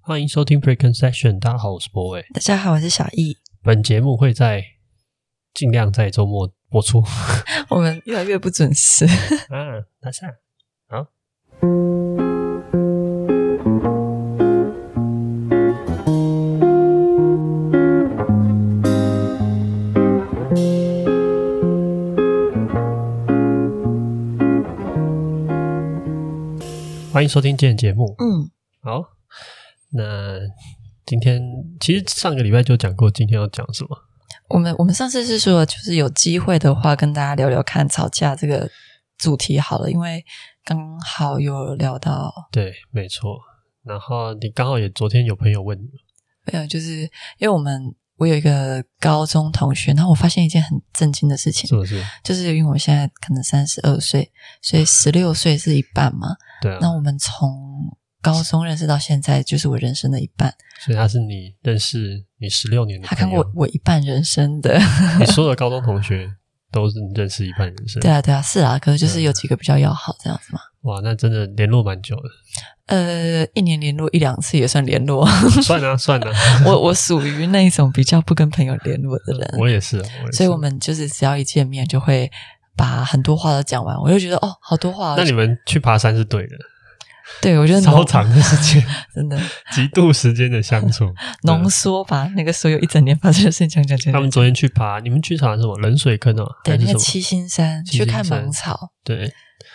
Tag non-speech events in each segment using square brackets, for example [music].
欢迎收听 Preconception，大家好，我是博伟。大家好，我是小易。本节目会在尽量在周末播出。我们越来越不准时。啊，拿下。好。欢迎收听今天的节目。嗯，好，那今天其实上个礼拜就讲过，今天要讲什么？我们我们上次是说，就是有机会的话，跟大家聊聊看吵架这个主题好了，因为刚好有聊到，对，没错。然后你刚好也昨天有朋友问你，没有，哎就是因为我们我有一个高中同学，然后我发现一件很震惊的事情是，不是？就是因为我现在可能三十二岁，所以十六岁是一半嘛，对啊那，我们从高中认识到现在，就是我人生的一半。所以他是你认识你十六年的他看朋过友，我一半人生的。你所有的高中同学都是你认识一半人生，对啊，对啊，是啊，可是就是有几个比较要好这样子嘛。哇，那真的联络蛮久的，呃，一年联络一两次也算联络。算啊算 [laughs] 啊，我我属于那一种比较不跟朋友联络的人，我也是啊，我也是所以我们就是只要一见面就会把很多话都讲完。我就觉得哦，好多话哦。那你们去爬山是对的，对我觉得浓超长的时间， [laughs] [laughs] 真的极度时间的相 [laughs] 处。浓缩把那个所有一整年发生的事情讲讲讲他讲们。昨天去爬，你们去爬什么冷水坑哦，对，还是那什个么？七星山七去星看山嗯芒草，对，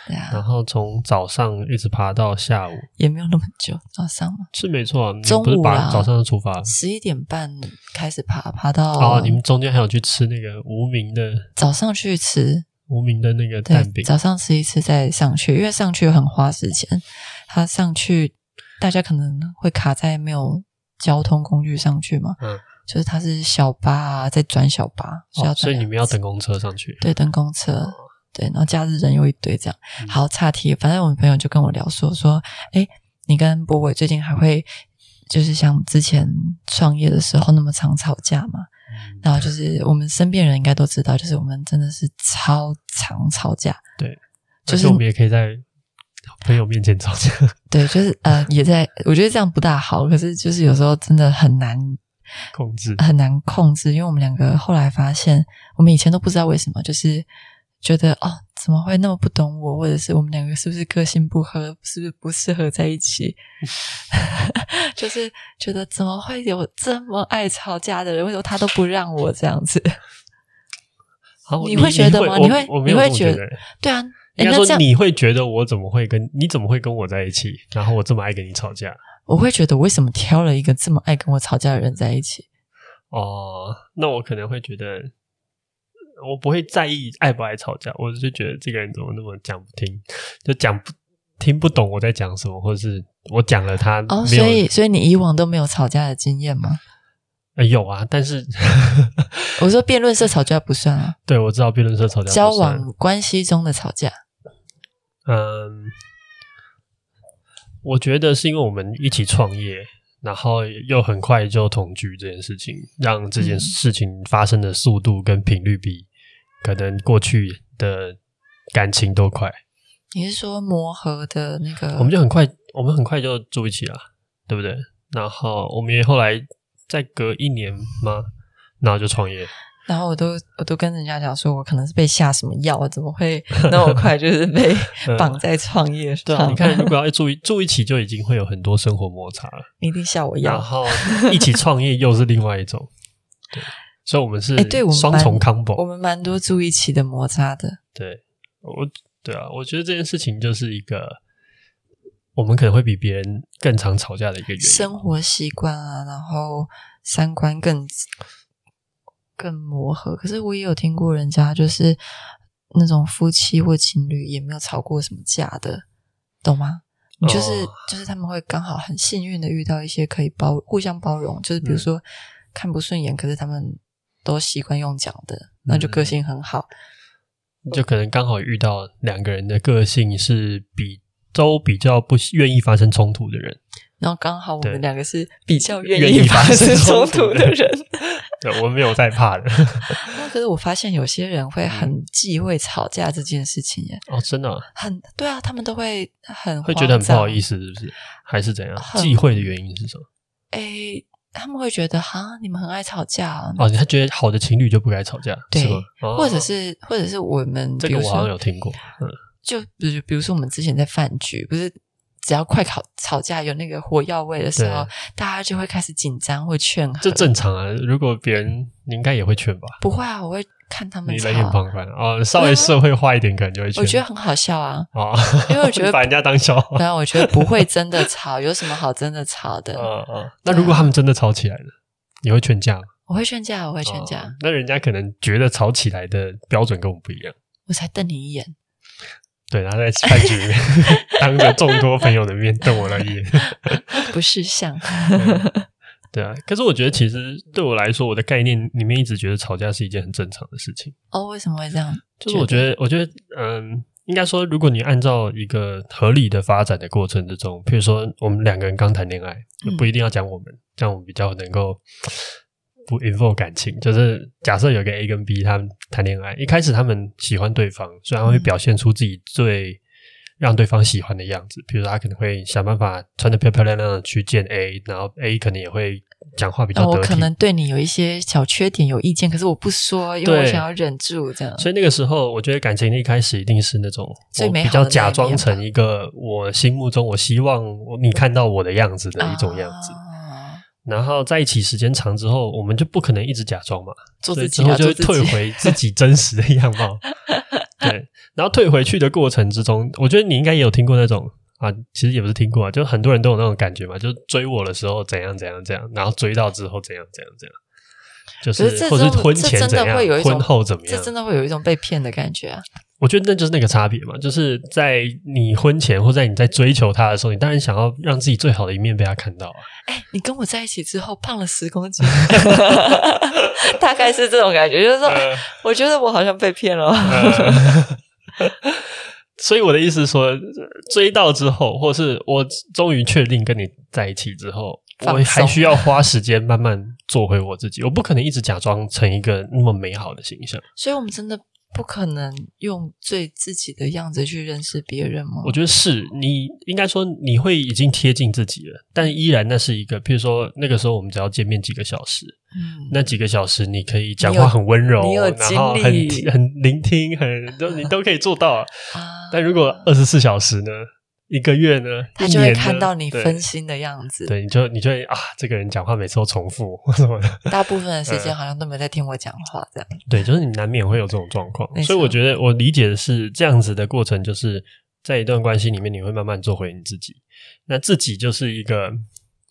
对啊然，后从早上一直爬到下午，也没有那么久，早上嘛，是没错啊。你中午不是把啦早上就出发了？十一点半开始爬，爬到哦，你们中间还有去吃那个无名的早上去吃，无名的那个对蛋，饼，早上吃一次再上去，因为上去很花时间。他上去，大家可能会卡在没有交通工具上去嘛，嗯，就是他是小巴啊，再转小巴，所以要哦转所以你们要两次等哦嗯公车上去。对等公车。对，然后假日人又一堆这样。好，岔题，反正我们朋友就跟我聊说说，哎，你跟博伟最近还会就是像之前创业的时候那么常吵架吗？嗯然后就是我们身边人应该都知道，就是我们真的是超常吵架。对，就而是且我们也可以在朋友面前吵架。 [laughs] 对，就是呃，也在我觉得这样不大好，可是就是有时候真的很难控制很难控制，因为我们两个后来发现，我们以前都不知道为什么，就是觉得哦，怎么会那么不懂我，或者是我们两个是不是个性不合，是不是不适合在 [laughs] 一起？ [laughs] 就是觉得怎么会有这么爱吵架的人，为什么他都不让我这样子？好，你会觉得吗你你会我我你没有会这么觉得欸？对啊，诶应该那这说样你会觉得我怎么会跟你怎么会跟我在一起？然后我这么爱跟你吵架我会觉得为什么挑了一个这么爱跟我吵架的人在一起？哦，那我可能会觉得我不会在意爱不爱吵架，我就觉得这个人怎么那么讲不听，就讲不听不懂我在讲什么，或者是我讲了他哦，没有所以所以你以往都没有吵架的经验吗？呃有啊，但是 [laughs] 我说辩论社吵架不算啊，对我知道辩论社吵架不交算往关系中的吵架。嗯，我觉得是因为我们一起创业，然后又很快就同居这件事情，让这件嗯事情发生的速度跟频率比可能过去的感情都快。你是说磨合的那个？我们就很快，我们很快就住一起了，对不对？然后我们也后来再隔一年吗？然后就创业，然后我都我都跟人家讲说，我可能是被下什么药，啊怎么会 [laughs] 那么快就是被嗯绑在创业上？对啊，你 [laughs] 看，如果要住一住一起，就已经会有很多生活摩擦了。你一定下我然药。后一起创业又是另外一种， [laughs] 对，所以我们是哎对我们双重蛮我 combo，们蛮多住一起的摩擦的，对我对啊，我觉得这件事情就是一个我们可能会比别人更常吵架的一个原因。生活习惯啊，然后三观更更磨合。可是我也有听过人家就是那种夫妻或情侣也没有吵过什么架的，懂吗？你就是、哦就是他们会刚好很幸运的遇到一些可以包互相包容，就是比如嗯说、看不顺眼，可是他们都习惯用讲的，嗯那就个性很好。就可能刚好遇到两个人的个性是比都比较不愿意发生冲突的人，然后刚好我对们两个是比较愿愿意意发发生生冲冲突突的 [laughs] 的人。对我没有在怕的 [laughs] 那可是我发现有些人会嗯很忌讳吵架这件事情耶，哦，真的啊、很对啊，他们都会很会觉得很不好意思。思，是不是？还是怎样？很忌讳的原因是什么？诶，他们会觉得哈，你们很爱吵架、啊，哦，他觉得好的情侣就不该吵架，对是吗？哦或者是或者是我们，这比个如我好像说，有听过，嗯，就比如比如说我们之前在饭局，不是只要快吵吵架有那个火药味的时候，大家就会开始紧张，会劝 [laughs] 和，这正常啊。如果别人你应该也会劝吧，不会啊，我会看他们你吵冷眼啊，旁观哦，稍微社会化一点，可能就会劝。我觉得很好笑啊，哦，因为我觉 [laughs] 得把人家当笑话。 [laughs] 本来我觉得不会真的吵，有什么好真的吵的？嗯嗯，那如果他们真的吵起来了，你会劝架吗？我会劝架，我会劝架，哦那人家可能觉得吵起来的标准跟我们不一样。我才瞪你一眼。对，然后在饭局里面 [laughs] 当着众多朋友的面瞪我了一眼。不是像，对啊，可是我觉得其实对我来说，我的概念里面一直觉得吵架是一件很正常的事情。哦，为什么会这样？就是我觉得，我觉得，嗯，应该说，如果你按照一个合理的发展的过程之中，譬如说我们两个人刚谈恋爱嗯，不一定要讲我们，这样我们比较能够不 involve 感情。就是假设有个 A 跟 B 他们谈恋爱，一开始他们喜欢对方，所以他们会嗯表现出自己最。让对方喜欢的样子，比如说他可能会想办法穿的漂漂亮亮的去见 A，然后 A 可能也会讲话比较哦，得我体，可能对你有一些小缺点有意见，可是我不说，因为我对想要忍住这样。所以那个时候，我觉得感情的一开始一定是那种最我美比好的较那假一装面成吧一个我心目中我希望我你看到我的样子的一种样子。啊然后在一起时间长之后，我们就不可能一直假装嘛，做所以自己之啊，后就做会退自己。回自己真实的样貌。对，然后退回去的过程之中，我觉得你应该也有听过那种啊，其实也不是听过啊，就很多人都有那种感觉嘛，就追我的时候怎样怎样怎样，然后追到之后怎样怎样怎样，就可是是这或是真婚这前真怎的样会有一，种婚后怎么样，这真的会有一种被骗的感觉啊！我觉得那就是那个差别嘛，就是在你婚前或在你在追求他的时候，你当然想要让自己最好的一面被他看到啊。 [laughs] 哎，你跟我在一起之后胖了十公斤，大概是这种感觉，就是说，嗯我觉得我好像被骗了。 [laughs] 所以我的意思是说，追到之后，或是我终于确定跟你在一起之后，放我松还需要花时间慢慢做回我自己，我不可能一直假装成一个那么美好的形象。所以我们真的不可能用最自己的样子去认识别人吗？我觉得是你应该说你会已经贴近自己了，但依然那是一个，譬如说那个时候我们只要见面几个小时，嗯，那几个小时，你可以讲你有话很温柔，你有然后精很 [laughs] 力很聆听，很都你都可以做 [laughs] 到。啊但如果二十四小时呢，一个月呢，他一就会年呢看到你对分心的样子。对，你就你就会啊，这个人讲话每次都重复 [laughs] 或什么的，大部分的时间好像都没在听我讲话，这样。对，就是你难免会有这种状况。没错所以我觉得我理解的是这样子的过程，就是在一段关系里面，你会慢慢做回你自己。那自己就是一个，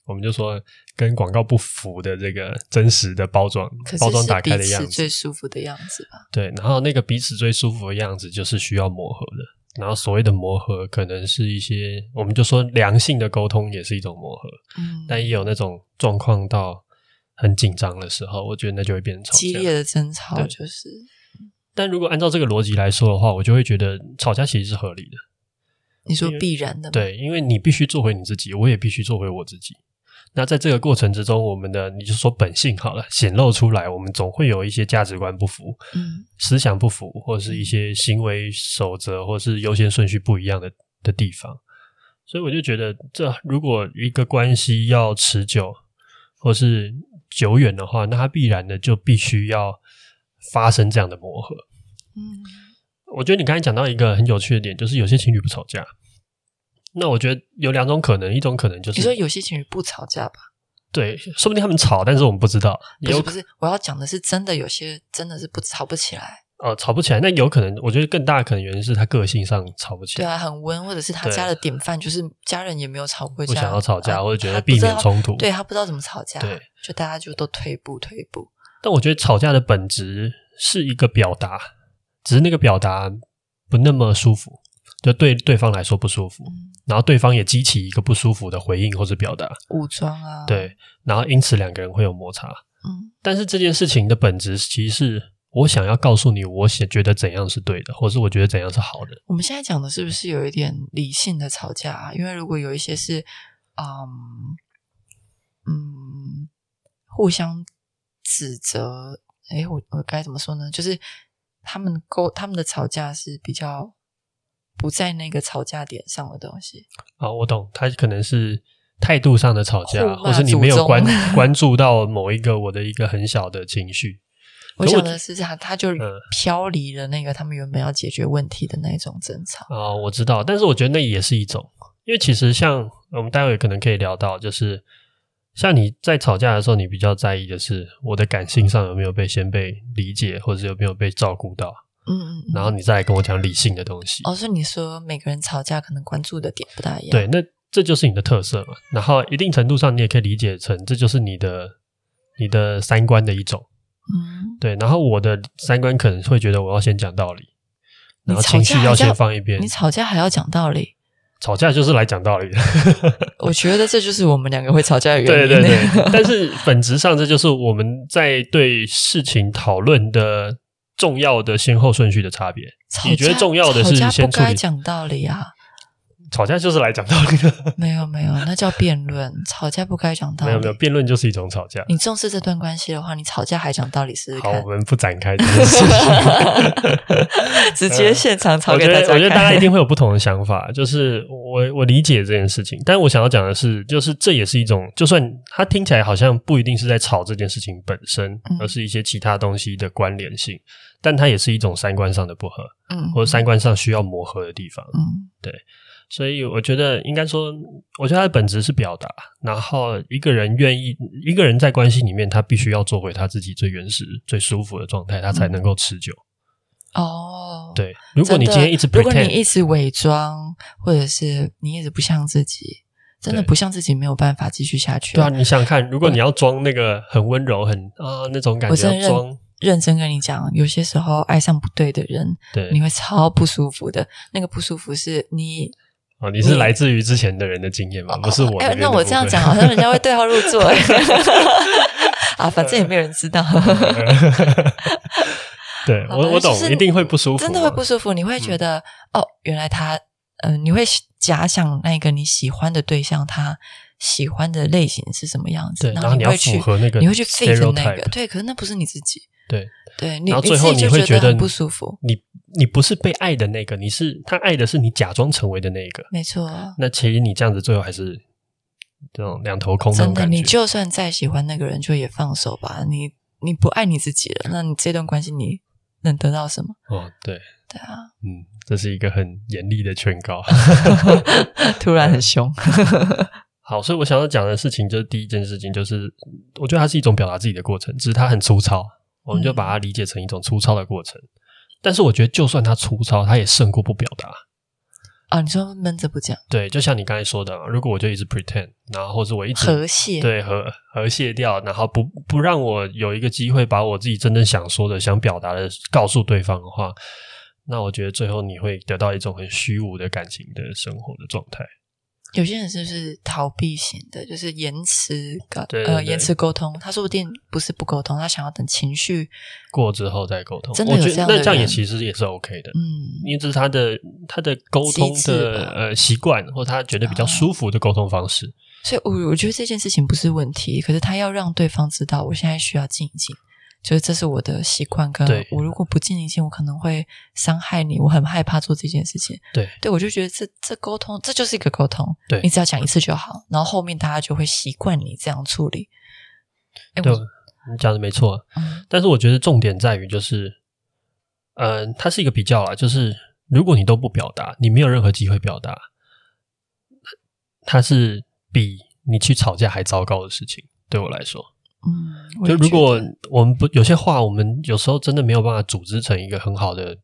我们就说跟广告不符的这个真实的包装可，是包装打是开彼的样此子，最舒服的样子吧？对，然后那个彼此最舒服的样子就是需要磨合的。然后所谓的磨合，可能是一些我们就说良性的沟通也是一种磨合，嗯，但也有那种状况到很紧张的时候，我觉得那就会变成吵激架。烈的争吵对就是但如果按照这个逻辑来说的话，我就会觉得吵架其实是合理的。你说必然的吗，对，因为你必须做回你自己，我也必须做回我自己。那在这个过程之中，我们的你就说本性好了，显露出来，我们总会有一些价值观不符，嗯，思想不符，或者是一些行为守则，或是优先顺序不一样的的地方。所以我就觉得，这如果一个关系要持久或是久远的话，那它必然的就必须要发生这样的磨合。嗯，我觉得你刚才讲到一个很有趣的点，就是有些情侣不吵架。那我觉得有两种可能，一种可能就你说是有些情侣不吵架吧？对，说不定他们吵，但是我们不知道，不也有是不是，我要讲的是真的，有些真的是不吵不起来。呃吵不起来。那有可能，我觉得更大的可能原因是他个性上吵不起对来，啊，很温，或者是他对家的典范就是家人也没有吵过架，不想要吵架，啊或者觉得他不避知道免冲突。对他不知道怎么吵架，对，就大家就都退步退步。但我觉得吵架的本质是一个表达，只是那个表达不那么舒服，就对对方来说不舒服，嗯，然后对方也激起一个不舒服的回应或者表达，武装啊，，对，然后因此两个人会有摩擦。嗯但是这件事情的本质其实是我想要告诉你，我想觉得怎样是对的，或是我觉得怎样是好的。我们现在讲的是不是有一点理性的吵架啊？因为如果有一些是，嗯嗯，互相指责，诶，我我该怎么说呢？就是他们沟他们的吵架是比较不在那个吵架点上的东西，啊，我懂，他可能是态度上的吵架，互骂或是你没有祖宗关 [laughs] 关注到某一个我的一个很小的情绪。我可想我嗯的是他，他就飘离了那个他们原本要解决问题的那种争吵。啊、我知道，但是我觉得那也是一种，因为其实像我们待会可能可以聊到，就是像你在吵架的时候，你比较在意的是我的感性上有没有被先被理解，或者是有没有被照顾到，嗯嗯嗯。然后你再来跟我讲理性的东西。哦，是你说每个人吵架可能关注的点不大一样。对，那这就是你的特色嘛。然后一定程度上，你也可以理解成这就是你的你的三观的一种。嗯，对，然后我的三观可能会觉得我要先讲道理，你然后吵情绪架还要是要先放一边你。吵架还要讲道理，吵架就是来讲道理的，我觉得这就是我们两个会吵架的原对因。对对。 [laughs] 但是本质上，这就是我们在对事情讨论的重要的先后顺序的差别。吵架你觉得重要的是吵架先不处该理讲道理啊？吵架就是来讲道理的，没有没有，那叫辩论。吵架不该讲 [laughs] 道没理。有没有，辩论就是一种吵架。你重视这段关系的话，你吵架还讲道理试试好，看我，们不展开这件事情。 [laughs] 直接现场吵我给觉大得，家我觉得大家看一定会有不同的想法。就是我我理解这件事情，但我想要讲的是，就是这也是一种，就算它听起来好像不一定是在吵这件事情本身嗯，而是一些其他东西的关联性，但它也是一种三观上的不合，嗯或者三观上需要磨合的地方。嗯所以我觉得应该说，我觉得它的本质是表达，然后一个人愿意，一个人在关系里面，他必须要做回他自己最原始、最舒服的状态，他嗯才能够持久。哦，对，如果你真今的天一直如果 pretend，你一直伪装，或者是你一直不像自己，真的对不像自己，没有办法继续下去。对啊，你想想看，如果你要装那个很温柔、很啊那种感我觉，真的要装认认真跟你讲，有些时候爱上不对的人，对你会超不舒服的。那个不舒服是你，啊，你是来自于之前的人的经验嘛，不是我哎那边的部分。那我这样 [laughs] 讲好像人家会对号入座。啊，反正也没有人知 [laughs] 道，对好吧嗯我我懂就，是一定会不舒服，啊嗯真的会不舒服。你会觉得、哦，原来他，呃，你会假想那个你喜欢的对象，他喜欢的类型是什么样子，对，然后你要会去符合那个，你会去 fit 那个，，对，可是那不是你自己，对，对你然后你最后自己就会觉得很不舒服，你你不是被爱的那个，你是他爱的是你假装成为的那一个，没错，那其实你这样子最后还是这种两头空那真种的，感你觉。就算再喜欢那个人，就也放手吧，你你不爱你自己了，那你这段关系你能得到什么？ [laughs] 哦，对，对啊，嗯，这是一个很严厉的劝告。 [laughs] 突然很凶，好，所以我想要讲的事情就是第一件事情，就是我觉得它是一种表达自己的过程，只是它很粗糙，我嗯们就把它理解成一种粗糙的过程。但是我觉得，就算它粗糙，它也胜过不表达。啊，你说闷着不讲，对，就像你刚才说的嘛，如果我就一直 pretend，然后或者我一直和谐，对和和谐掉，然后不不让我有一个机会把我自己真正想说的、想表达的告诉对方的话，那我觉得最后你会得到一种很虚无的感情的生活的状态。有些人是不是逃避型的，就是延迟沟对对呃对延迟沟通，他说不定不是不沟通，他想要等情绪，过之后再沟通，真的我有觉得这样的那这样也人其实也是 OK 的。嗯，因为这是他的他的沟通机制的吧啊呃习惯，或他觉得比较舒服的沟通方式。所以我我觉得这件事情不是问题，可是他要让对方知道我现在需要静一静。就是这是我的习惯，跟对我如果不静一静，我可能会伤害你，我很害怕做这件事情。对对，我就觉得这这沟通，这就是一个沟通，对你只要讲一次就好，然后后面大家就会习惯你这样处理。哎，对，啊我你讲的没错。嗯但是我觉得重点在于就是，呃，它是一个比较啊，就是如果你都不表达，你没有任何机会表达，它是比你去吵架还糟糕的事情。对我来说，嗯，我就也如觉果得我们不有些话，我们有时候真的没有办法组织成一个很好的、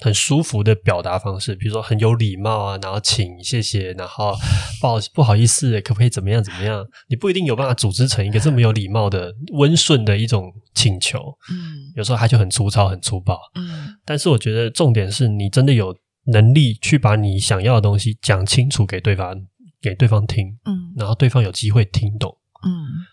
很舒服的表达方式，比如说很有礼貌啊，然后请、谢谢，然后不好不好意思，可不可以怎么样怎么样？你不一定有办法组织成一个这么有礼貌的、温顺的一种请求，嗯有时候它就很粗糙、很粗暴。嗯但是我觉得重点是你真的有能力去把你想要的东西讲清楚给对方，给对方听，嗯然后对方有机会听懂。嗯，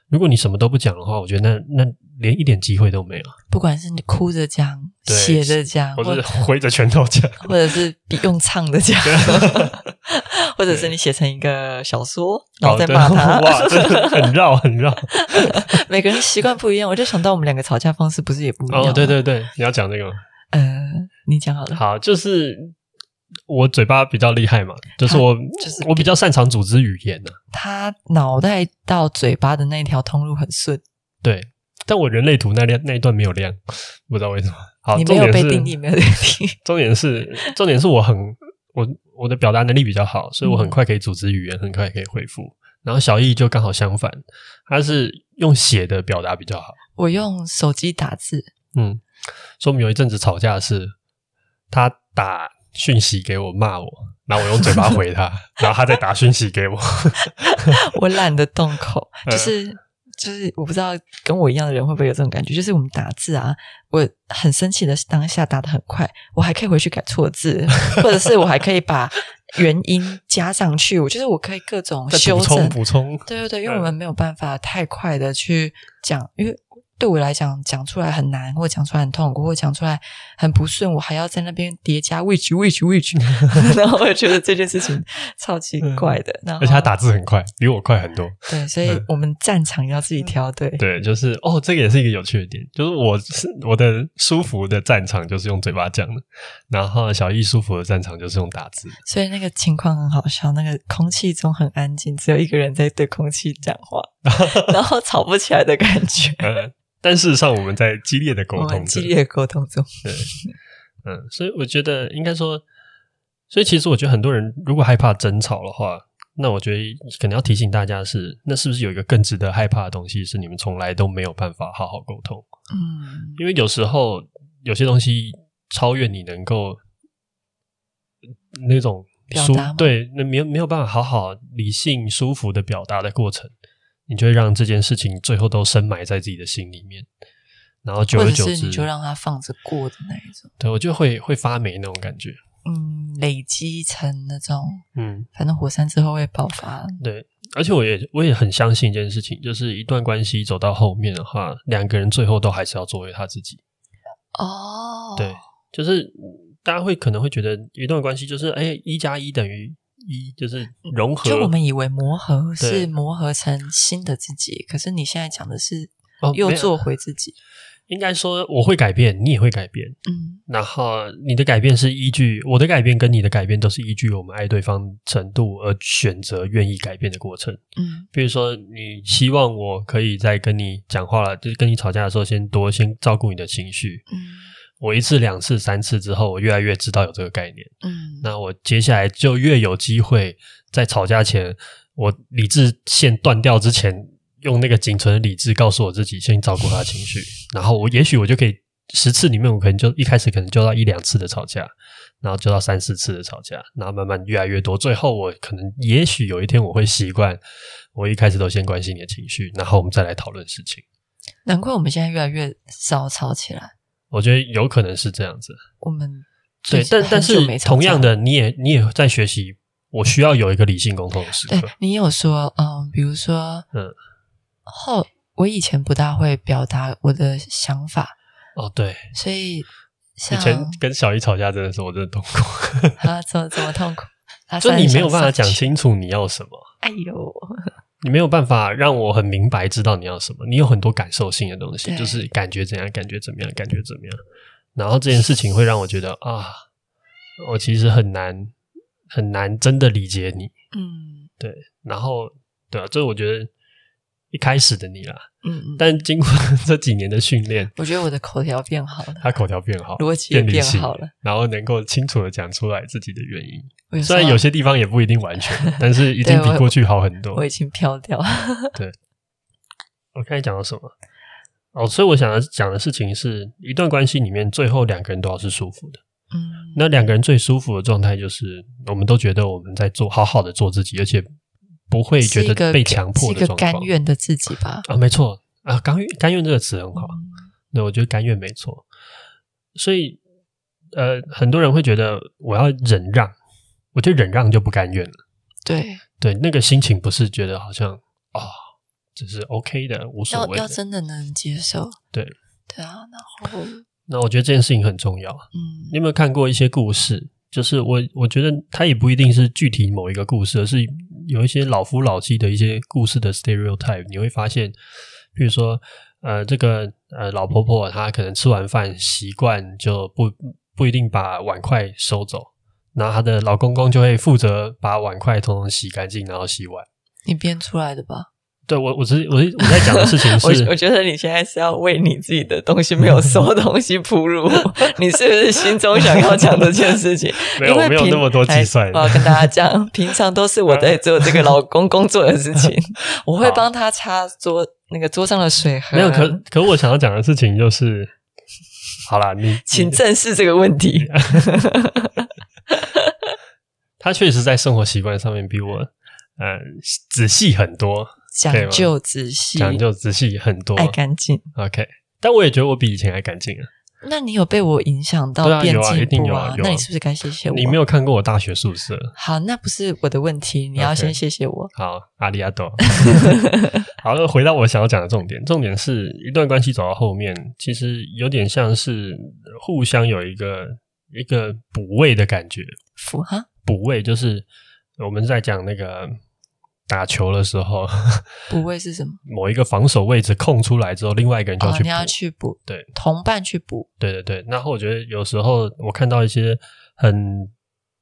如果你什么都不讲的话，我觉得那那连一点机会都没有，不管是你哭着讲、对写着讲，我或是挥着拳头讲。或者是比用唱的讲， [laughs] 或者是你写成一个小说，然后再骂 [laughs] 哦对 [laughs] [laughs] 哇，他。真的很绕很 [laughs] 绕。每个人习惯不一样，我就想到我们两个吵架方哦式不是也不一样？哦，对，对对，你要讲这个吗？呃，你讲好了。好，就是我嘴巴比较厉害嘛，就是我就是我比较擅长组织语言啊呐、他脑袋到嘴巴的那一条通路很顺，对。但我人类图那亮那一段没有亮，不知道为什么。好，你哦重没有点被是定义，没有被定义。 [laughs] 重点是重点是我很我我的表达能力比较好，所以我很快可以组织语言，很快可以回复。然后小易就刚好相反，他是用写的表达比较好。我用手机打字，嗯，所以我们有一阵子吵架是，他打讯息给我骂我，然后我用嘴巴回他，然后他再打讯息给我。 [laughs] 我懒得动口，嗯就是就是我不知道跟我一样的人会不会有这种感觉，就是我们打字啊，我很生气的当下打的很快，我还可以回去改错字，或者是我还可以把原因加上去，我觉得我可以各种再修补充正。补充，对对对，因为嗯我们没有办法太快的去讲，因为对我来讲讲出来很难，或讲出来很痛苦，或讲出来很不顺，我还要在那边叠加 which which [laughs] which，然后我也觉得这件事情超奇怪的。然嗯后而且他打字很快，比我快很多。对，所以嗯我们战场要自己挑对。对，就是哦，这个也是一个有趣的点，就是我是我的舒服的战场就是用嘴巴讲的，然后小易舒服的战场就是用打字。所以那个情况很好笑，那个空气中很安静，只有一个人在对空气讲 [laughs] 话，然后吵不起来的感觉。呃，但事实上我们在激烈的 [laughs] 我沟们通哦激中，烈的沟通中，嗯，所以我觉得应该说，所以其实我觉得很多人如果害怕争吵的话，那我觉得可能要提醒大家是，那是不是有一个更值得害怕的东西，是你们从来都没有办法好好沟通？嗯，因为有时候有些东西超越你能够那种表舒达吗对，那没有没有办法好好理性舒服的表达的过程，你就会让这件事情最后都深埋在自己的心里面，然后久或而者久是之，你就让它放着过的那一种。对我就会会发霉那种感觉。嗯，累积成那种，嗯，反正火山之后会爆发。对，而且我也我也很相信一件事情，就是一段关系走到后面的话，两个人最后都还是要作为他自己。哦，对，就是嗯大家会可能会觉得一段关系就是哎一加一等于一，就是融合。就我们以为磨合对是磨合成新的自己，可是你现在讲的是哦又没有做回自己。应该说我会改变，你也会改变，嗯然后你的改变是依据我的改变跟你的改变都是依据我们爱对方程度而选择愿意改变的过程。嗯比如说，你希望我可以在跟你讲话了，就是跟你吵架的时候，先多先照顾你的情绪。嗯我一次、两次、三次之后，我越来越知道有这个概念，嗯，那我接下来就越有机会在吵架前，我理智线断掉之前，用那个仅存的理智告诉我自己，先照顾他的情绪，然后我也许我就可以十次里面，我可能就一开始可能就到一两次的吵架，然后就到三四次的吵架，然后慢慢越来越多，最后我可能也许有一天我会习惯，我一开始都先关心你的情绪，然后我们再来讨论事情。难怪我们现在越来越少吵起来。我觉得有可能是这样子，我们对最，近但但很是久没吵同样架了，的，你也你也在学习，我需要有一个理性沟通的时刻对。你有说，嗯，比如说，嗯，后我以前不大会表达我的想法，哦，对，所以以像前跟小姨吵架真的是我真的痛苦， [laughs] 啊，怎么怎么 [laughs] 痛苦？啊就你没有办法讲。算了想上去清楚你要什么，哎呦，你没有办法让我很明白知道你要什么，你有很多感受性的东西，对就是感觉怎样，感觉怎么样，感觉怎么样，然后这件事情会让我觉得啊，我其实很难很难真的理解你，嗯对，然后对啊，这我觉得一开始的你啦，嗯，嗯，但经过 [laughs] 这几年的训练，我觉得我的口条变好了，他口条变好，逻辑也理变性好了，然后能够清楚的讲出来自己的原因。我时虽候然有些地方也不一定完 [laughs] 全，但是已经对比我过去好很多。我已经飘掉了。我刚才讲到什么？哦，所以我想要讲的事情是一段关系里面，最后两个人都要是舒服的。嗯，那两个人最舒服的状态就是，我们都觉得我们在做好好的做自己，而且不会是觉一得个被强迫是一的个状甘况。愿的自己吧。啊，没错啊，甘愿甘愿这个词很好。嗯对，我觉得甘愿没错。所以，呃，很多人会觉得我要忍让，我觉得忍让就不甘愿了。对，对，那个心情不是觉得好像啊、只是 OK 的，无所要谓要的。真的能接受。对对啊，然后那我觉得这件事情很重要。你嗯，有没有看过一些故事？就是我，我觉得它也不一定是具体某一个故事，而是有一些老夫老妻的一些故事的 stereotype。你会发现，比如说，呃，这个呃老婆婆她可能吃完饭习惯就不不一定把碗筷收走，然后她的老公公就会负责把碗筷统统洗干净，然后洗碗。你编出来的吧？对我，我是我是我在讲的事情是 [laughs] 我，我觉得你现在是要为你自己的东西没有收东西 [laughs] 铺路，你是不是心中想要讲这件事情？没有因为我没有平那么多计算哎我要跟大家讲，平常都是我在做这个老公工作的事 [laughs] 情，我会帮他擦桌那个桌上的水盒。没有可 [laughs] 可我想要讲的事情就是， [laughs] 好啦，你请你正视这个问 [laughs] 题。他确实在生活习惯上面比我呃仔细很多，讲究仔细，讲究仔细很多。爱干净。 OK，但我也觉得我比以前还干净啊。那你有被我影响对到啊变有啊进一定步有啊有啊那你是不是该谢谢我？你没有看过我大学宿舍？好，那不是我的问题，你要 OK 先谢谢我。好，阿里 [laughs] 阿多。好了，回到我想要讲的重点，重点是一段关系走到后面，其实有点像是互相有一个一个补位的感觉。服哈，补位就是我们在讲那个打球的时候，补位是什么？某一个防守位置空出来之后，另外一个人就要哦，去补。你要去补，对，同伴去补，对对对，然后我觉得有时候我看到一些很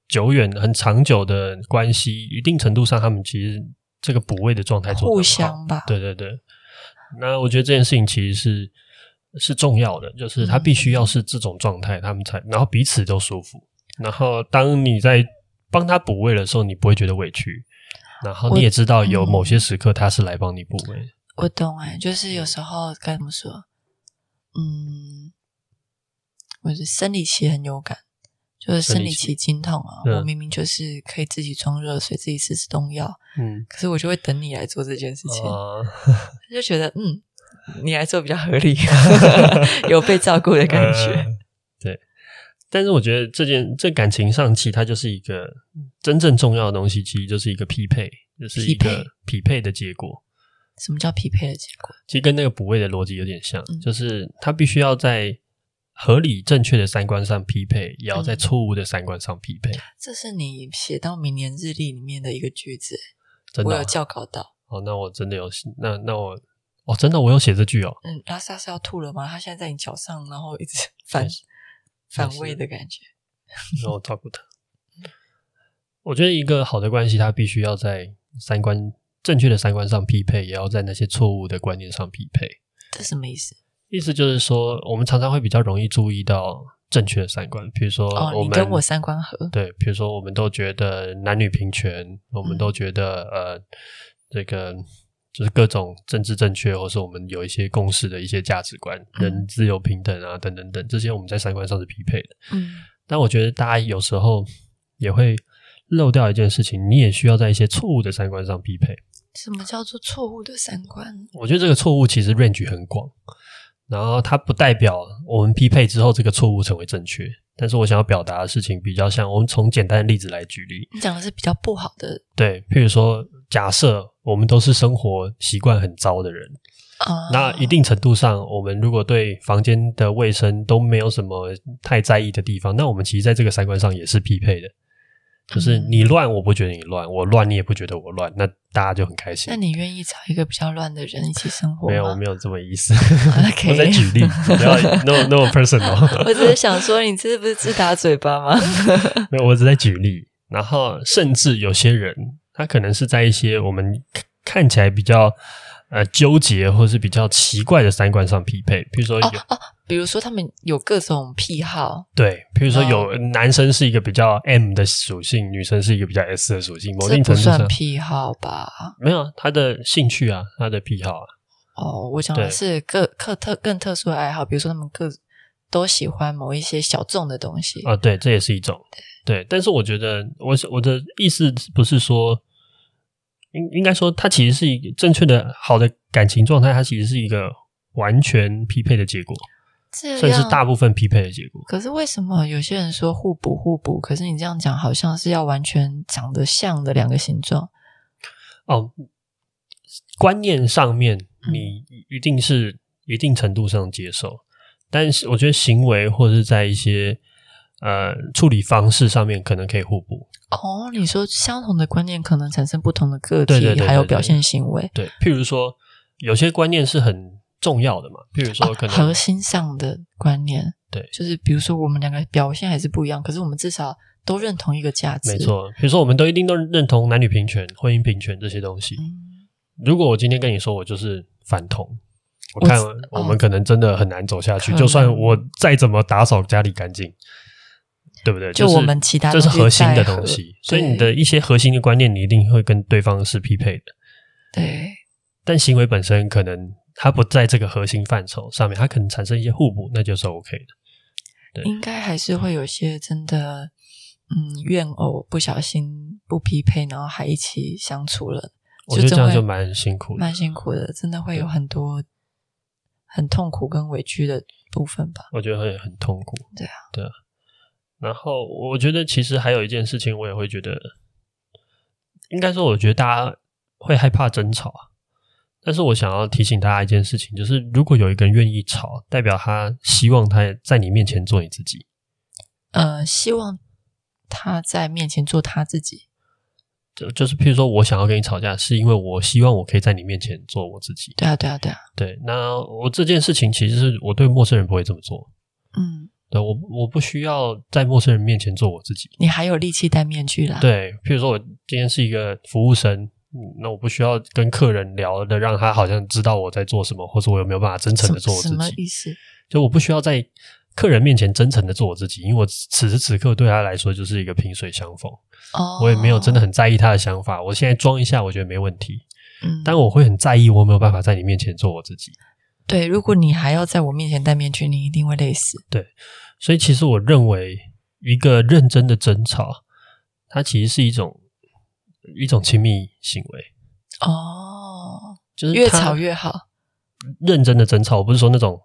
久远、很长久的关系，一定程度上他们其实这个补位的状态做得很好互相吧。对对对，那我觉得这件事情其实是是重要的，嗯就是他必须要是这种状态，他们才然后彼此都舒服。然后当你在帮他补位的时候，你不会觉得委屈，然后你也知道嗯有某些时刻他是来帮你补位。我懂哎、就是有时候该怎么说？嗯，我的生理期很有感，就是生生理理期期经痛啊。嗯我明明就是可以自己装热水，自己吃吃中药，嗯，可是我就会等你来做这件事情，啊、就觉得嗯，你来做比较合 [laughs] 理， [laughs] 有被照顾的感觉。呃对，但是我觉得这件这感情上，其实它就是一个真正重要的东西，其实就是一个匹配，就是一个匹配的结果。什么叫匹配的结果？其实跟那个补位的逻辑有点像，嗯就是它必须要在合理正确的三观上匹配，也要在嗯错误的三观上匹配。这是你写到明年日历里面的一个句子，真我的有哦校稿到。哦，那我真的有，那那我哦，真的我有写这句哦。嗯，拉萨是要吐了吗？他现在在你脚上，然后一直 [laughs] 反没事反没事胃的感觉。然后我照顾他。我觉得一个好的关系，它必须要在三观正确的三观上匹配，也要在那些错误的观念上匹配。这什么意思？意思就是说，我们常常会比较容易注意到正确的三观，比如说哦，我你们、跟我三观合，对，比如说我们都觉得男女平权，我们嗯都觉得、呃，这个就是各种政治正确，或是我们有一些共识的一些价值观，嗯人自由平等啊，等等等，这些我们在三观上是匹配的。嗯，但我觉得大家有时候也会漏掉一件事情，你也需要在一些错误的三观上匹配。什么叫做错误的三观？我觉得这个错误其实 range 很广，然后它不代表我们匹配之后这个错误成为正确。但是我想要表达的事情比较像，我们从简单的例子来举例，你讲的是比较不好的对，譬如说，假设我们都是生活习惯很糟的人，啊，那一定程度上，我们如果对房间的卫生都没有什么太在意的地方，那我们其实在这个三观上也是匹配的。就是嗯你乱，我不觉得你乱；我乱，你也不觉得我乱，那大家就很开心那。你愿意找一个比较乱的人一起生活吗？没有，我没有这么意思。 [laughs] OK 我在举例，不 [laughs] 要 no no personal。我只是想说，你这不是自打嘴巴吗？没有，我只在举例。然后，甚至有些人，他可能是在一些我们看看起来比较呃纠结，或是比较奇怪的三观上匹配。比如说有、哦哦，比如说他们有各种癖好，对，比如说有哦男生是一个比较 M 的属性，女生是一个比较 S 的属性，某一这定不程度上算癖好吧？没有他的兴趣啊，他的癖好啊，哦，我讲的对是各各特更特殊的爱好，比如说他们各都喜欢某一些小众的东西。啊，对，这也是一种对。但是我觉得，我是我的意思不是说，应应该说，它其实是一个正确的好的感情状态，它其实是一个完全匹配的结果，这甚至样大部分匹配的结果。可是为什么有些人说互补互补？可是你这样讲，好像是要完全长得像的两个形状。哦，观念上面嗯你一定是一定程度上接受，但是我觉得行为或者是在一些呃处理方式上面可能可以互补。哦，你说相同的观念可能产生不同的个体，对对对对还有表现行为，对，譬如说有些观念是很重要的嘛，譬如说可啊能、核心上的观念。对就是比如说我们两个表现还是不一样，可是我们至少都认同一个价值，没。错，比如说我们都一定都认同男女平权、婚姻平权这些东西。嗯，如果我今天跟你说我就是反同，我看我们可能真的很难走下去。可能就算我再怎么打扫家里干净，对不对？就是我们其他这东是西核心的再合东西，所对以你的一些核心的观念，你一定会跟对方是匹配的。对，但行为本身可能它不在这个核心范畴上面，它可能产生一些互补，那就是 OK 的。对应该还是会有一些真的，嗯，怨偶不小心不匹配，然后还一起相处了，我觉得这样真就会蛮辛苦的蛮辛苦的，真的会有很多很痛苦跟委屈的部分吧。我觉得会很痛苦。对啊，对啊。然后我觉得其实还有一件事情，我也会觉得，应该说，我觉得大家会害怕争吵啊。但是我想要提醒大家一件事情，就是如果有一个人愿意吵，代表他希望他在你面前做你自己。呃，希望他在面前做他自己，就就是，譬如说我想要跟你吵架，是因为我希望我可以在你面前做我自己。对啊，对啊，对啊，对，那我这件事情其实是我对陌生人不会这么做。嗯，对我，我不需要在陌生人面前做我自己。你还有力气戴面具啦。，对，譬如说我今天是一个服务生，嗯那我不需要跟客人聊的，让他好像知道我在做什么，或者我有没有办法真诚什的做我什自么己。意思？就我不需要在客人面前真诚的做我自己，因为我此时此刻对他来说就是一个萍水相逢，哦，我也没有真的，很在意他的想法。我现在装一下，我觉得没问题，嗯，但我会很在意我有没有办法在你面前做我自己。对，如果你还要在我面前戴面具，你一定会累死。所以其实我认为，一个认真的争吵，它其实是一种一种亲密行为，哦，就是越它吵越好。认真的争吵，我不是说那种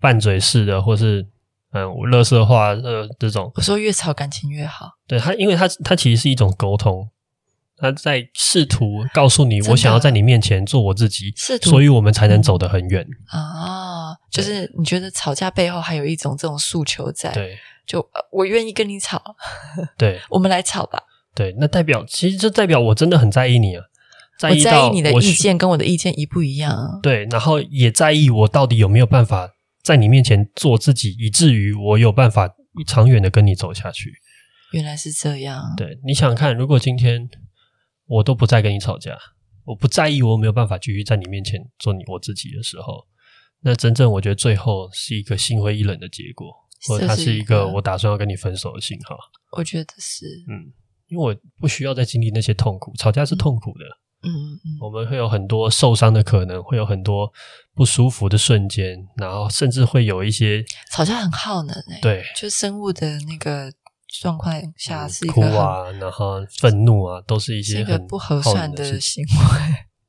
拌嘴式的，或是嗯，我乐色话呃这种。我说越吵感情越好，对他，因为他他其实是一种沟通，他在试图告诉你真，的我想要在你面前做我自己，试图所以我们才能走得很远。啊，就是你觉得吵架背后还有一种这种诉求在，对就呃我愿意跟你吵，对我们来吵吧，对，那代表其实就代表我真的很在意你啊，在我意在到意你的我嗯意需见跟我的意见一不一样啊，对，然后也在意我到底有没有办法在你面前做自己，以至于我有办法长远的跟你走下去。原来是这样，对，你想想看，如果今天我都不再跟你吵架，我不在意我有没有办法继续在你面前做你我自己的时候，那真正我觉得最后是一个心灰意冷的结果，或者这它是是一一个个我打算要跟你分手的信号。我觉得是，嗯，因为我不需要再经历那些痛苦，吵架是痛苦的，嗯嗯我们会有很多受伤的可能，会有很多不舒服的瞬间，然后甚至会有一些吵架很耗能诶、对。就生物的那个状况下是一个哭很、啊，然后愤怒啊，都是一是些一个很不合耗能算事情的行为，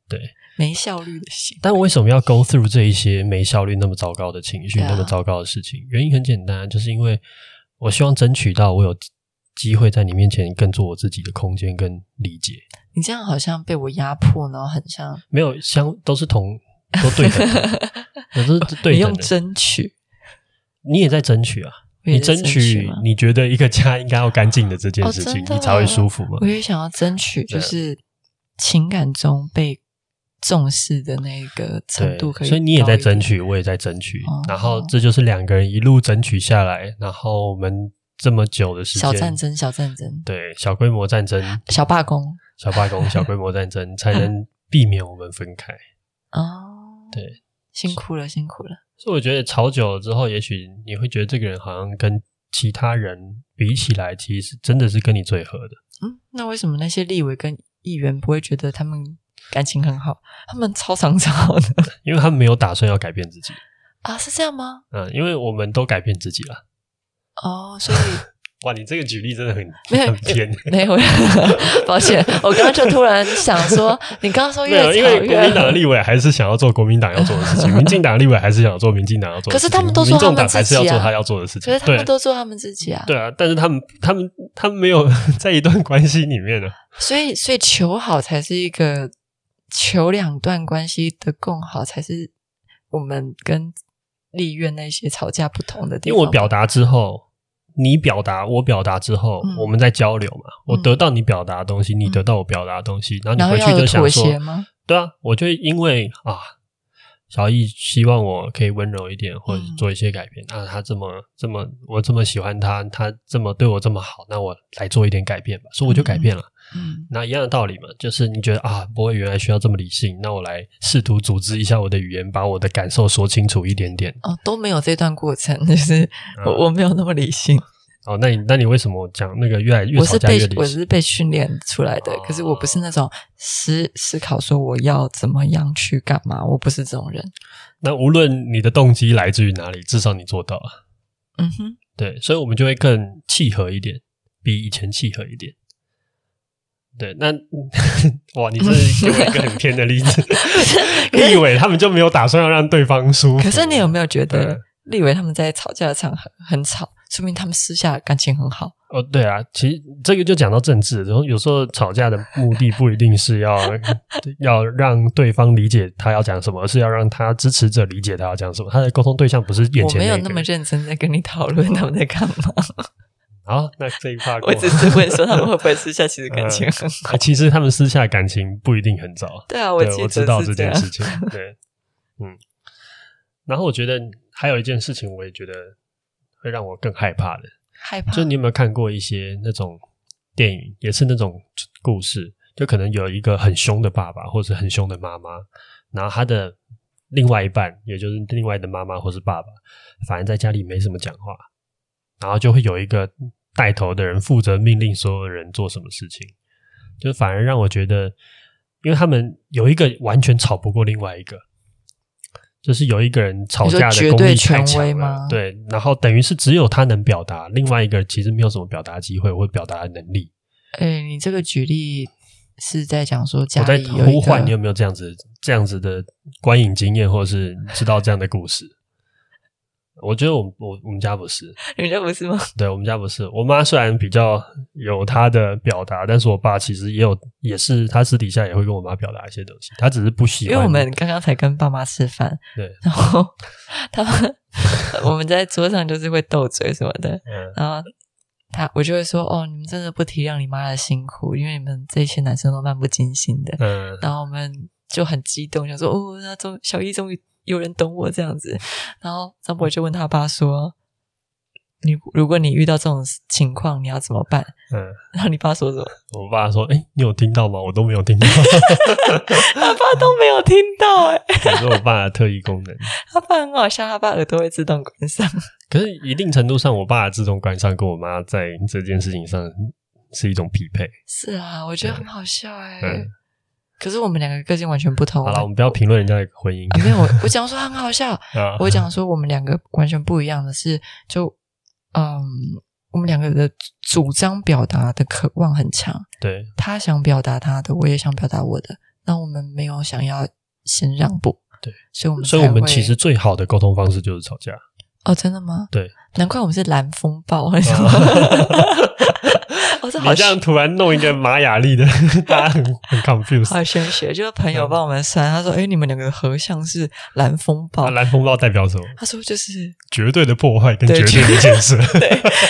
对， [laughs] 没效率的行为，但为什么要 go through 这一些没效率、那么糟糕的情绪、对啊那么糟糕的事情？原因很简单，就是因为我希望争取到我有机会在你面前更做我自己的空间跟理解，你这样好像被我压迫，然后很像没有相都是 [laughs] 同都对等的，都是对哦你等用的。争取，你也在争取啊，我也你在争取吗你觉得一个家应该要干净的这件事情，哦真的你才会舒服嘛我。也想要争取，对就是情感中被重视的那个程对度，可，所以你也高一在点争。取，我也在争取，哦然后这就是两个人一路争取下来，然后我们这么久的时间，小战争，小战争，对，小规模战争、小罢工小罢 [laughs] 工、小规模战争，才能避免我们分开。哦， [laughs] 对，辛苦了，辛苦了。所以我觉得吵久了之后，也许你会觉得这个人好像跟其他人比起来，其实真的是跟你最合的。嗯，那为什么那些立委跟议员不会觉得他们感情很好？他们超常吵的因为他没有打算要改变自己。啊？是这样吗？嗯，因为我们都改变自己了。哦，所以 [laughs] 哇，你这个举例真的很 [laughs] 没有很偏。没有， [laughs] 抱歉，我刚刚就突然想说，你刚刚说没越有，吵因为国越民党的立委还是想要做国民党要做的事情，民进党的立委还是想要做民进党要做的可是事情，他们都说民众他们党还自是要己啊做他要做的事情。可是他们对都做他们自己啊。对啊，但是他们他们他们没 [laughs] 有在一段关系里面呢、啊所以，所以求好才是一个求两段关系的共好，才是我们跟立院那些吵架不同的地因方。为我表达之后，你表达，我表达之后，嗯我们在交流嘛。我嗯得到你表达的东西，你得到我表达的东西，然后然你后回要去有就想妥说协，吗？对啊，我就因为啊，小易希望我可以温柔一点，或者嗯做一些改变。那、他这么这么，我这么喜欢他，他这么对我这么好，那我来做一点改变吧。所以我就改变了。嗯那一样的道理嘛，就是你觉得啊，不会原来需要这么理性，那我来试图组织一下我的语言，把我的感受说清楚一点点。哦都没有这段过程，就是嗯我、我没有那么理性，哦，那你那你为什么讲那个越来越我吵是架被越理我性？是被训练出来的，哦可是我不是那种思思考说我要怎么样去干嘛，我不是这种人。那无论你的动机来自于哪里，至少你做到了。嗯哼，对，所以我们就会更契合一点，比以前契合一点。对，那 [laughs] 哇， [laughs] 你这是给我一个很偏的例子。 [laughs] 你以为他们就没有打算要让对方舒服？可是你有没有觉得对立伟他们在吵架的场合很吵，说明他们私下感情很好？哦，对啊，其实这个就讲到政治，然后有时候吵架的目的不一定是要 [laughs] 要让对方理解他要讲什么，而是要让他支持者理解他要讲什么。他的沟通对象不是眼我前没有个哦那么认真在跟你讨论他们在 [laughs] 干嘛，好，那这一趴过我只是问说他们会不会私下其实感情很好。啊 [laughs] 其实他们私下感情不一定很糟。 [laughs] 对啊，对，记我知道这得是这件样。事情。对，嗯。然后我觉得还有一件事情，我也觉得会让我更害怕的，害怕就你有没有看过一些那种电影，也是那种故事，就可能有一个很凶的爸爸或者很凶的妈妈，然后他的另外一半，也就是另外的妈妈或是爸爸，反正在家里没什么讲话，然后就会有一个带头的人负责命令所有人做什么事情，就反而让我觉得，因为他们有一个完全吵不过另外一个。就是有一个人吵你说架的绝功对力太权强威了吗对，然后等于是只有他能表达，另外一个其实没有什么表达机会或表达能力。哎，你这个举例是在讲说家我在里有一呼唤你有个没有这样子这样子的观影经验，或者是知道这样的故事？我觉得我我我们家不是，人家不是吗？对我们家不是。我妈虽然比较有她的表达，但是我爸其实也有，也是他私底下也会跟我妈表达一些东西，他只是不喜因欢。为我们刚刚才跟爸妈吃饭，对，然后他们 [laughs] 我们在桌上就是会斗嘴什么的，嗯，然后他我就会说哦，你们真的不体谅你妈的辛苦，因为你们这些男生都漫不经心的。嗯然后我们就很激动，想说哦，那终小易终于有人懂我这样子。然后张博就问他爸说：“你如果你遇到这种情况，你要怎么办 [laughs] 嗯，？”然后你爸说什么？ [laughs] 我爸说：“哎、你有听到吗？我都没有听到。他爸都没有听到哎、” [laughs] 这是我爸的特异功能。他爸很好笑，他爸耳朵会自动关上。 [laughs] 可是一定程度上，我爸的自动关上跟我妈在这件事情上是一种匹配。是啊，我觉得很好笑哎、嗯可是我们两个个性完全不同。好了，我们不要评论人家的婚姻啊，没有，我我讲说很好笑，啊。我讲说我们两个完全不一样的是，就嗯，我们两个的主张表达的渴望很强，对他想表达他的，我也想表达我的，那我们没有想要先让步，对，所以我们所以我才们会其实最好的沟通方式就是吵架。哦，真的吗？对，难怪我们是蓝风暴，为什么？哦，这好你这样突然弄一个玛雅历的，大家很很 confused。好玄学，就是朋友帮我们算，他说：“哎，你们两个合相是蓝风暴。啊蓝风暴代表什么？他说：“就是绝对的破坏跟对绝对的建设， [laughs] [laughs]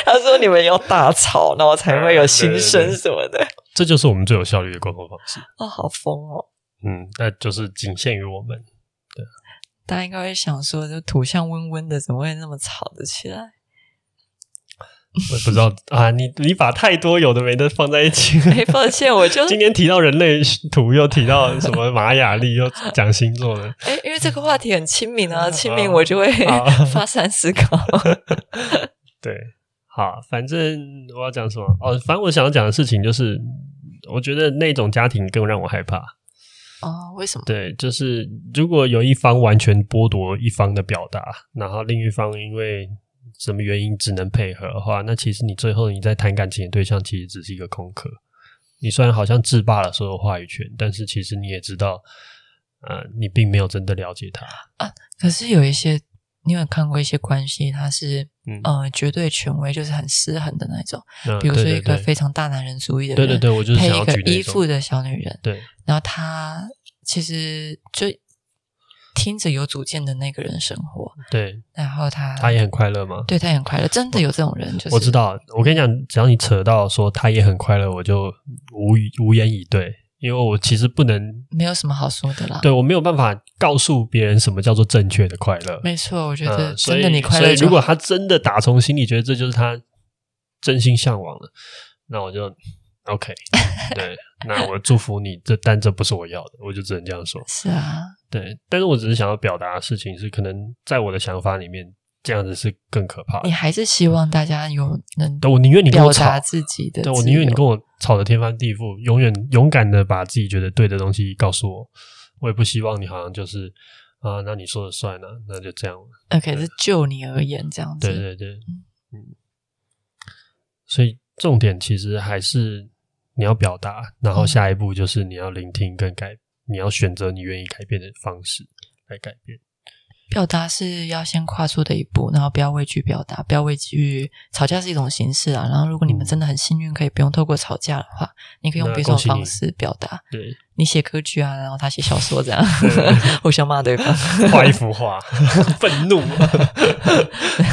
他说你们要大吵，然后才会有心声什么的。这就是我们最有效率的沟通方式。哦，好疯哦！嗯，那就是仅限于我们。大家应该会想说，就土象温温的，怎么会那么吵得起来？ [laughs] 我也不知道啊，你你把太多有的没的放在一起。哎，抱歉，我就今天提到人类图，又提到什么玛雅历，又讲星座的，哎，因为这个话题很亲民 [laughs] 啊，亲民啊我就会啊 [laughs] 发散思考。对，好，反正我要讲什么哦，反正我想要讲的事情就是，我觉得那种家庭更让我害怕。哦，为什么？对，就是如果有一方完全剥夺一方的表达，然后另一方因为什么原因只能配合的话，那其实你最后你在谈感情的对象其实只是一个空壳。你虽然好像制霸了所有话语权，但是其实你也知道，呃，你并没有真的了解他。可是有一些，你有看过一些关系，它是嗯，呃绝对权威，就是很失衡的那种。那比如说对对一个对非常大男人主义的人，对对对，我就是配想一要个举那依种附的小女人，对然后她其实就听着有主见的那个人生活，对，然后她他也很快乐吗？对她也很快乐，真的有这种人，就是我知道，我跟你讲，只要你扯到说他也很快乐，我就无语无言以对，因为我其实不能，没有什么好说的啦。对我没有办法告诉别人什么叫做正确的快乐。没错，我觉得嗯，所真以的你快乐所以就如好。果他真的打从心里觉得这就是他真心向往的，那我就 [laughs] OK。对，那我祝福你，这但这不是我要的，我就只能这样说。是啊，对，但是我只是想要表达的事情是，可能在我的想法里面，这样子是更可怕的你。还是希望大家有能对，我宁愿你跟表我吵达，自己的自对由，我宁愿你跟我吵得天翻地覆，永远勇敢的把自己觉得对的东西告诉我，我也不希望你好像就是啊、那你说了算了、那就这样了。 OK 呃是就你而言这样子。对对对，嗯，所以重点其实还是你要表达，然后嗯下一步就是你要聆听跟改，你要选择你愿意改变的方式来改变。表达是要先跨出的一步，然后不要畏惧表达，不要畏惧吵架是一种形式啊。然后，如果你们嗯真的很幸运，可以不用透过吵架的话，你可以用那别种恭喜你方式表达。对，你写歌剧啊，然后他写小说， [laughs] 这样互相骂对方。画一幅画， [laughs] 愤 [laughs] 怒，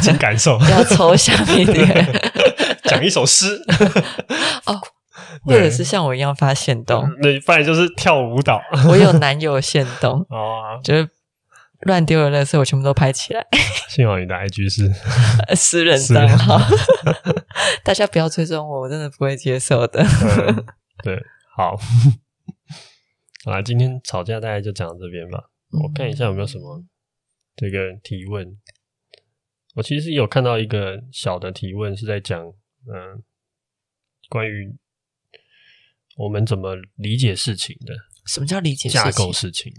请感受，要抽象一点，讲一首诗， [laughs] 或者是哦像我一样发现动。那嗯不然就是跳舞蹈。 [laughs] 我有男友现动，哦、啊，就是乱丢的垃圾，我全部都拍起来，幸好你的 IG 是 [laughs] 私人私人账号。 [laughs] 大家不要追踪我，我真的不会接受的。嗯对，好。啊，今天吵架大概就讲到这边吧。 [laughs] 我看一下有没有什么这个提问。我其实有看到一个小的提问是在讲，嗯、关于我们怎么理解事情的什么叫理解事架情构事情。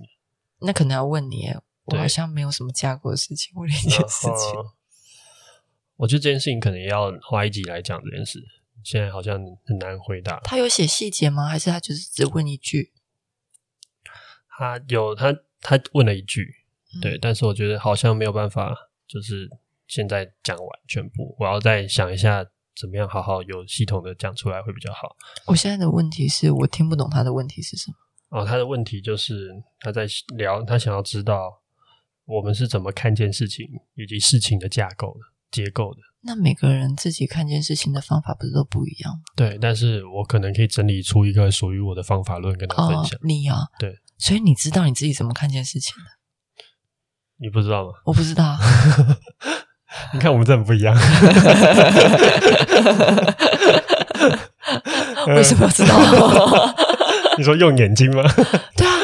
那可能要问你耶，我对好像没有什么架构的事情，我理解事情。情。哦我觉得这件事情可能也要花一集来讲这件事，现在好像很难回答。他有写细节吗？还是他就是只问一句？他有他他问了一句，嗯对，但是我觉得好像没有办法，就是现在讲完全部，我要再想一下怎么样好好有系统的讲出来会比较好。我现在的问题是我听不懂他的问题是什么。哦，他的问题就是他在聊，他想要知道我们是怎么看见事情以及事情的架构的结构的。那每个人自己看见事情的方法不是都不一样吗？对，但是我可能可以整理出一个属于我的方法论跟他分哦享。，你啊，对，所以你知道你自己怎么看见事情 [laughs] 的？你不知道吗？我不知道啊， [laughs] 你看我们真的不一样。 [laughs] 为什么要知道？ [laughs] [laughs] 你说用眼睛吗？对啊，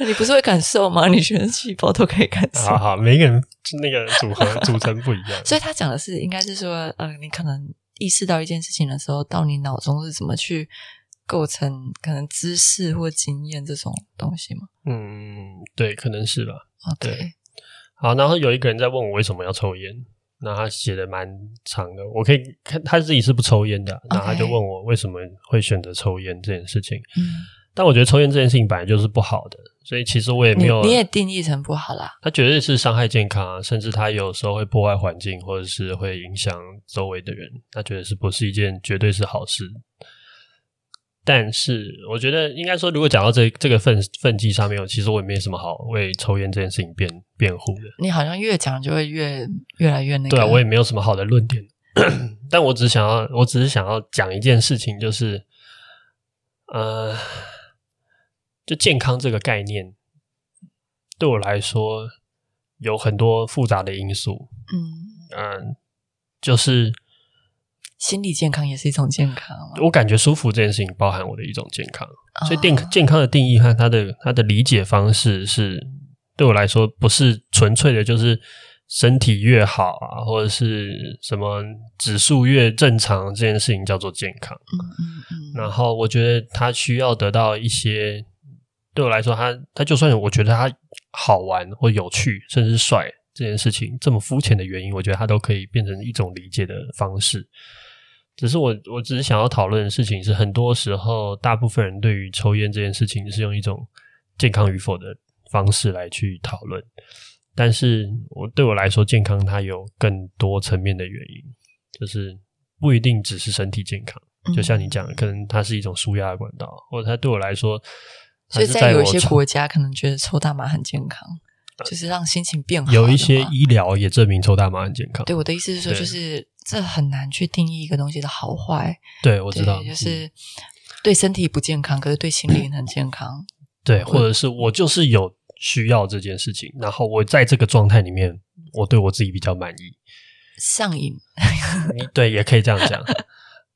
你不是会感受吗？你全身细胞都可以感受好。好，每一个人那个组 [laughs] 合组成不一样。所以他讲的是，应该是说，呃，你可能意识到一件事情的时候，到你脑中是怎么去构成可能知识或经验这种东西吗哦嗯，对，可能是吧。 ？OK，好，然后有一个人在问我为什么要抽烟，那他写的蛮长的，我可以看他自己是不抽烟的啊，然后他就 OK 问我为什么会选择抽烟这件事情。嗯，但我觉得抽烟这件事情本来就是不好的，所以其实我也没你有，啊你也定义成不好啦。他绝对是伤害健康啊，甚至他有时候会破坏环境，或者是会影响周围的人，他觉得是不是一件绝对是好事。但是我觉得应该说，如果讲到这这个份份际上面，我其实我也没什么好为抽烟这件事情辩辩护的。你好像越讲就会越越来越那个。对啊，我也没有什么好的论点， [clears throat] 但我只想要，我只是想要讲一件事情，就是，呃，就健康这个概念，对我来说有很多复杂的因素，嗯，嗯、就是心理健康也是一种健康啊，我感觉舒服这件事情包含我的一种健康，所以健啊健康的定义和它的它的理解方式是对我来说不是纯粹的，就是身体越好啊，或者是什么指数越正常这件事情叫做健康。嗯嗯嗯，然后我觉得它需要得到一些，对我来说它，它就算我觉得它好玩或有趣，甚至帅这件事情这么肤浅的原因，我觉得它都可以变成一种理解的方式。只是我我只是想要讨论的事情是，很多时候大部分人对于抽烟这件事情是用一种健康与否的方式来去讨论，但是我对我来说，健康它有更多层面的原因，就是不一定只是身体健康。嗯就像你，讲，的，可能它是一种舒压的管道，或者它对我来说，它所以是在有我一些抽国家可能觉得抽大麻很健康，就是让心情变好的嘛。有一些医疗也证明抽大麻很健康。对我的意思是说，对就是这很难去定义一个东西的好坏。对，我对，知道，就嗯是对身体不健康，可是对心灵很健康。对，嗯或者是我就是有需要这件事情，然后我在这个状态里面，我对我自己比较满意。上瘾，哎你对，也可以这样 [laughs] 讲。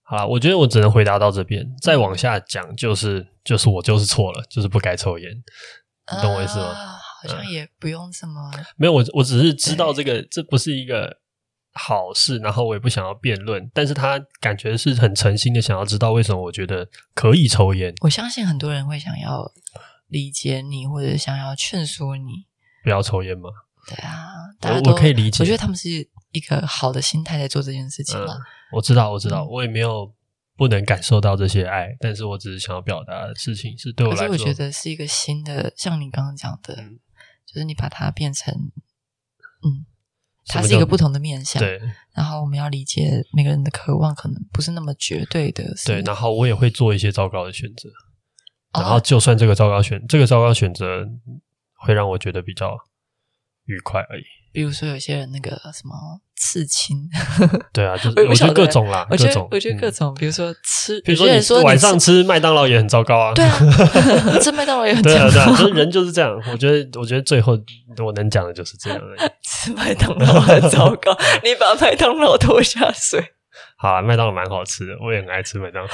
好啦，我觉得我只能回答到这边，再往下讲就是就是我就是错了，就是不该抽烟，你懂我意思吗？嗯啊好像也不用什么，没有，我我只是知道这个这不是一个好事，然后我也不想要辩论，但是他感觉是很诚心的想要知道为什么我觉得可以抽烟，我相信很多人会想要理解你，或者想要劝说你。不要抽烟吗？对啊，大家我都我可以理解，嗯我觉得他们是一个好的心态在做这件事情了。我知道，我知道，嗯我也没有不能感受到这些爱，但是我只是想要表达的事情是对我可来是说，我觉得是一个新的，像你刚刚讲的，嗯就是你把它变成，嗯，什它么是一叫个不同的面向。对然后我们要理解每个人的渴望可能不是那么绝对的。是对，然后我也会做一些糟糕的选择，哦然后就算这个糟糕选这个糟糕选择会让我觉得比较愉快而已。比如说有些人那个什么刺青，对啊，就是我也不我觉得晓得各种啦，我觉各得种，我觉得各嗯。种，比如说吃，比如有些说人说你你晚上吃麦当劳也很糟糕啊，对啊，吃麦当劳也很 [laughs] 对啊，健 [laughs] 对啊，康，就是人就是这样。我觉得，我觉得最后我能讲的就是这样而已。吃麦当劳很糟糕，你把麦当劳拖下水，好啊，麦当劳蛮好吃的，我也很爱吃麦 [laughs] 当劳。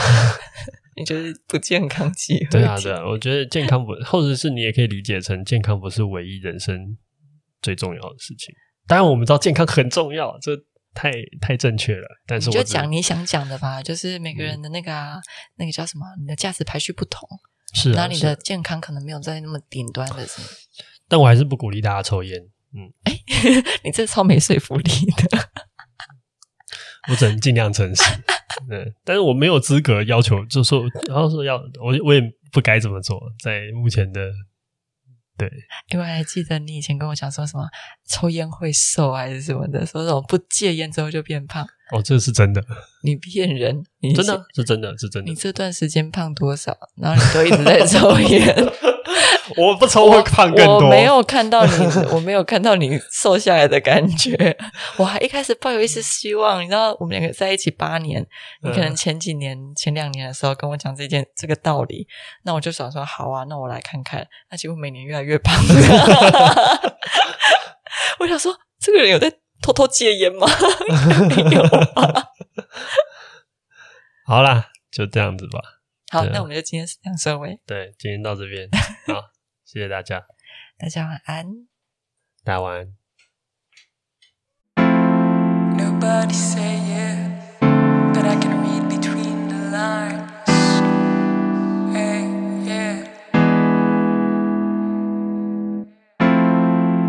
你就是不健康机会。对啊，对啊，我觉得健康不，或者是你也可以理解成健康不是唯一人生最重要的事情。当然，我们知道健康很重要，这太太正确了。但是你我就只嗯讲你想讲的吧，就是每个人的那个啊，那个叫什么，你的价值排序不同，是那啊，你是啊啊的健康可能没有在那么顶端的时候，但我还是不鼓励大家抽烟。嗯，你这超没说服力的。我只能尽量诚实。嗯，但是我没有资格要求，就说然后说要我我也不该这么做，在目前的对因为还记得你以前跟我讲说什么抽烟会瘦还是什么的，说什么不戒烟之后就变胖，哦，这是真的，你骗人，你真的啊是真的是真的你。这段时间胖多少？然后你都一直在抽烟，我不抽会胖更多，我没有 [laughs] 看到你，我没有看到你瘦下来的感觉。 [laughs] 我还一开始抱有一丝希望，你知道，我们两个在一起八年，你嗯可能前几年、前两年的时候跟我讲这件这个道理，那我就想说，好啊，那我来看看。那结果每年越来越胖， [laughs] 我想说，这个人有在偷偷戒烟 [laughs] 吗？没有啊吧。好啦，就这样子吧。好，对啊那我们就今天是这样收尾，对，今天到这边，好，谢谢大家，大家晚安。大家晚安。 Nobody say yeah, but I can read between the lines. Hey, yeah.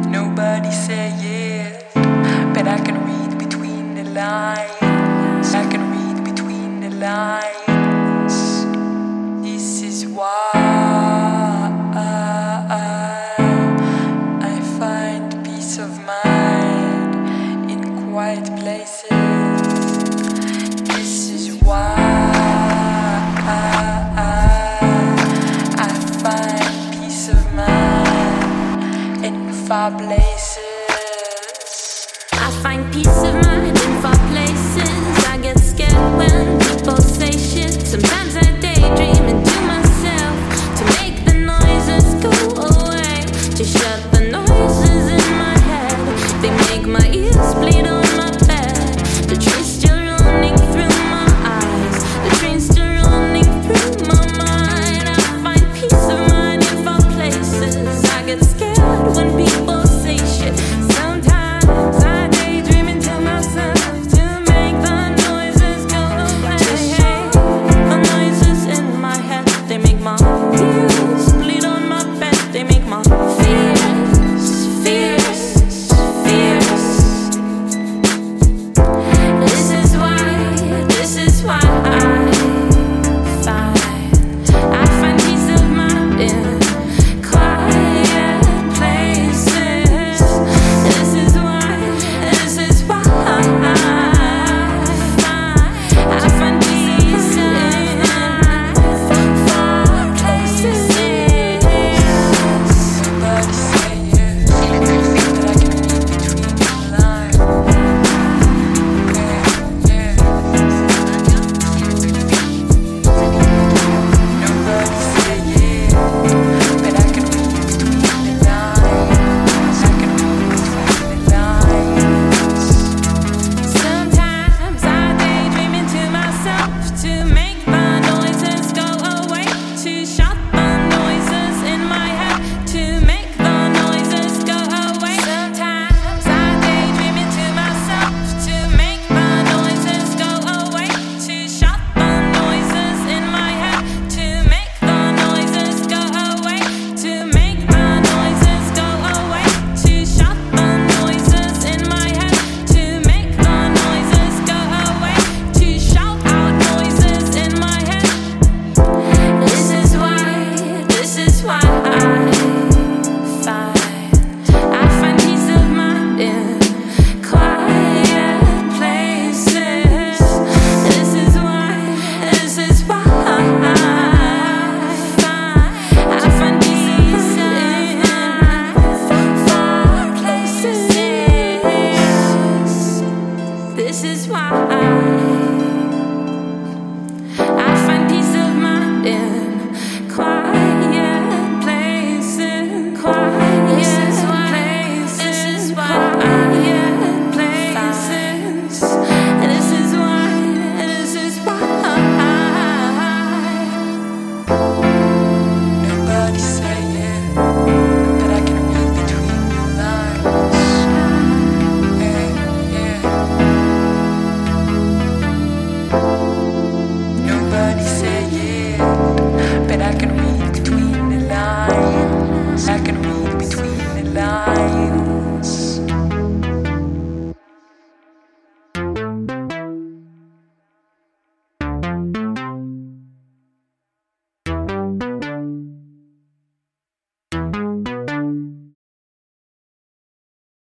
Nobody say yeah, but I can read between the lines. I can read between the lines. This is why I find peace of mind in quiet places. This is why I find peace of mind in far places. I find peace of mind in far places. I get scared when people say shit. Sometimes I daydream and to myself to make the noises go away. To shut the noises in my head. They make my ears.